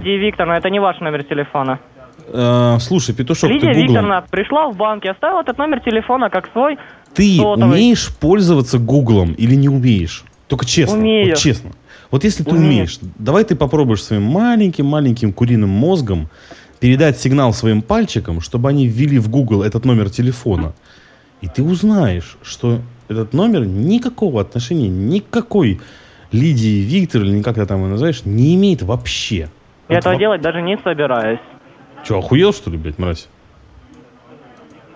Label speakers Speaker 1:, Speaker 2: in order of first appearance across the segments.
Speaker 1: Лидия Викторовна, это не ваш номер телефона.
Speaker 2: Э, слушай, Петушок,
Speaker 1: Лидия
Speaker 2: ты гуглом.
Speaker 1: Викторовна пришла в банк и оставила этот номер телефона как свой.
Speaker 2: Ты
Speaker 1: сотовый.
Speaker 2: умеешь пользоваться гуглом или не умеешь? Только честно.
Speaker 1: Умею.
Speaker 2: Вот честно. Вот если ты
Speaker 1: Умею.
Speaker 2: умеешь, давай ты попробуешь своим маленьким-маленьким куриным мозгом передать сигнал своим пальчикам, чтобы они ввели в Google этот номер телефона. И ты узнаешь, что этот номер никакого отношения, никакой Лидии Виктор, или как ты там ее называешь, не имеет вообще.
Speaker 1: Я
Speaker 2: Вот
Speaker 1: этого
Speaker 2: во-
Speaker 1: делать даже не собираюсь.
Speaker 2: Че, охуел, что ли, блядь, мразь?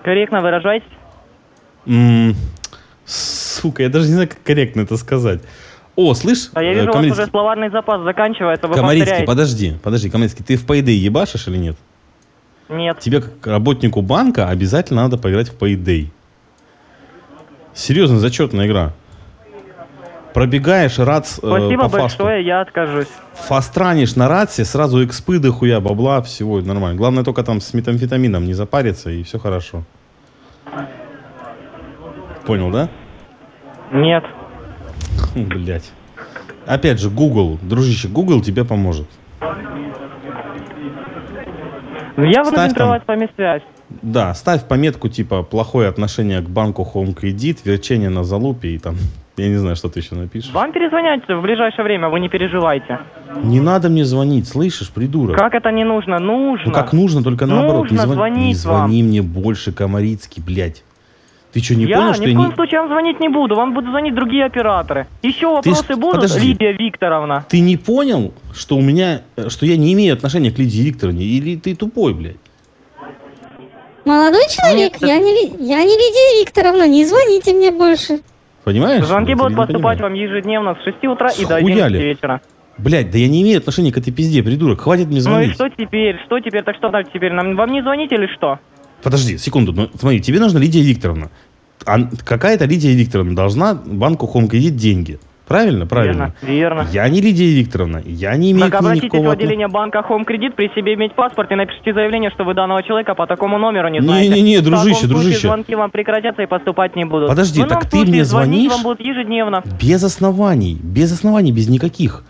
Speaker 1: Корректно выражайтесь.
Speaker 2: М, Сука, я даже не знаю, как корректно это сказать. О, слышь,
Speaker 1: А я
Speaker 2: э,
Speaker 1: вижу, у вас
Speaker 2: Комарицкий,
Speaker 1: уже словарный запас заканчивается, вы
Speaker 2: Комарицкий,
Speaker 1: повторяете.
Speaker 2: подожди, подожди, Комарицкий, ты в Payday ебашишь или нет?
Speaker 1: Нет.
Speaker 2: Тебе, как работнику банка, обязательно надо поиграть в Payday. Серьезно, зачетная игра. Пробегаешь рац э,
Speaker 1: Спасибо
Speaker 2: по фасту.
Speaker 1: большое, я откажусь.
Speaker 2: Фастранишь на рации, сразу экспы дохуя, бабла, всего нормально. Главное только там с метамфетамином не запариться, и все хорошо. Понял, да?
Speaker 1: Нет.
Speaker 2: Блять. Опять же, Google, дружище, Google тебе поможет.
Speaker 1: Я
Speaker 2: Ставь
Speaker 1: вынужден
Speaker 2: там.
Speaker 1: прерывать с вами связь.
Speaker 2: Да, ставь пометку типа плохое отношение к банку Home Credit, верчение на залупе и там, я не знаю, что ты еще напишешь.
Speaker 1: Вам перезвонят в ближайшее время, вы не переживайте.
Speaker 2: Не надо мне звонить, слышишь, придурок?
Speaker 1: Как это не нужно? Нужно.
Speaker 2: Ну как нужно, только наоборот. Не,
Speaker 1: Нужно
Speaker 2: звони- не
Speaker 1: звонить вам.
Speaker 2: звони мне больше, Комарицкий, блядь. Ты что, не
Speaker 1: я
Speaker 2: понял,
Speaker 1: ни
Speaker 2: что
Speaker 1: в
Speaker 2: я
Speaker 1: коем
Speaker 2: не...
Speaker 1: случае вам звонить не буду, вам будут звонить другие операторы. Еще
Speaker 2: Ты
Speaker 1: вопросы
Speaker 2: ж-
Speaker 1: будут,
Speaker 2: подожди.
Speaker 1: Лидия Викторовна?
Speaker 2: Ты не понял, что у меня, э, что я не имею отношения к Лидии Викторовне? Или ты тупой, блядь?
Speaker 3: Молодой человек,
Speaker 1: Нет,
Speaker 3: я не, Ви- я не Лидия Викторовна, не звоните мне больше.
Speaker 2: Понимаешь?
Speaker 1: Звонки
Speaker 2: блядь,
Speaker 1: будут
Speaker 2: или не
Speaker 1: поступать
Speaker 2: понимаешь?
Speaker 1: вам ежедневно с 6 утра и до
Speaker 2: Схуяли.
Speaker 1: 11 вечера.
Speaker 2: Блядь, да я не имею отношения к этой пизде, придурок. Хватит мне
Speaker 1: Ну и
Speaker 2: звонить.
Speaker 1: что теперь? Что теперь? Так что там теперь? Нам, вам не звонить или что?
Speaker 2: Подожди, секунду. Ну, смотри, тебе нужна Лидия Викторовна. А какая-то Лидия Викторовна должна банку Home Credit деньги. Правильно? Правильно.
Speaker 1: Верно, верно.
Speaker 2: Я не Лидия Викторовна. Я не имею
Speaker 1: Так
Speaker 2: к ней
Speaker 1: обратитесь
Speaker 2: никакого...
Speaker 1: в
Speaker 2: отно-
Speaker 1: отделение банка Home Credit, при себе иметь паспорт и напишите заявление, что вы данного человека по такому номеру не знаете.
Speaker 2: Не-не-не,
Speaker 1: В таком
Speaker 2: дружище,
Speaker 1: случае
Speaker 2: дружище.
Speaker 1: звонки вам прекратятся и поступать не будут.
Speaker 2: Подожди,
Speaker 1: В ином
Speaker 2: так ты
Speaker 1: случае
Speaker 2: мне
Speaker 1: звонить
Speaker 2: звонишь?
Speaker 1: вам будут ежедневно.
Speaker 2: Без оснований. Без оснований, без никаких.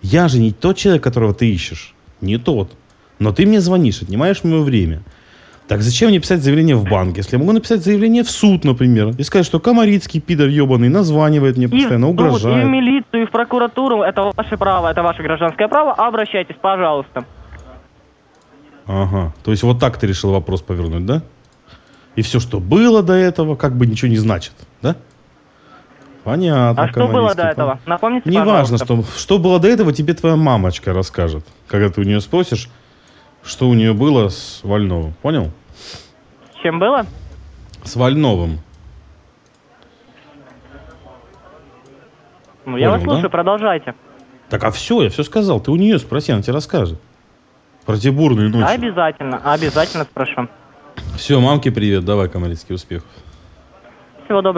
Speaker 2: Я же не тот человек, которого ты ищешь. Не тот. Но ты мне звонишь, отнимаешь мое время. Так зачем мне писать заявление в банк, если я могу написать заявление в суд, например, и сказать, что Комарицкий пидор ебаный названивает мне
Speaker 1: И в
Speaker 2: постоянно,
Speaker 1: суд, и в
Speaker 2: ну, угрожает.
Speaker 1: милицию, и в прокуратуру. Это ваше право, это ваше гражданское право. Обращайтесь, пожалуйста.
Speaker 2: Ага. То есть вот так ты решил вопрос повернуть, да? И все, что было до этого, как бы ничего не значит, да? Понятно.
Speaker 1: а что было до
Speaker 2: Комарицкий,
Speaker 1: этого? Напомните,
Speaker 2: Не важно,
Speaker 1: пожалуйста.
Speaker 2: что, что было до этого, тебе твоя мамочка расскажет, когда ты у нее спросишь, что у нее было с Вольновым. Понял?
Speaker 1: Чем было?
Speaker 2: С Вольновым.
Speaker 1: Ну, я
Speaker 2: Понял,
Speaker 1: вас
Speaker 2: да?
Speaker 1: слушаю, продолжайте.
Speaker 2: Так, а все, я все сказал. Ты у нее спроси, она тебе расскажет. Про те бурные
Speaker 1: А
Speaker 2: ночи.
Speaker 1: Обязательно, обязательно спрошу.
Speaker 2: Все, мамке привет, давай, Комарицкий, успехов.
Speaker 1: Всего доброго.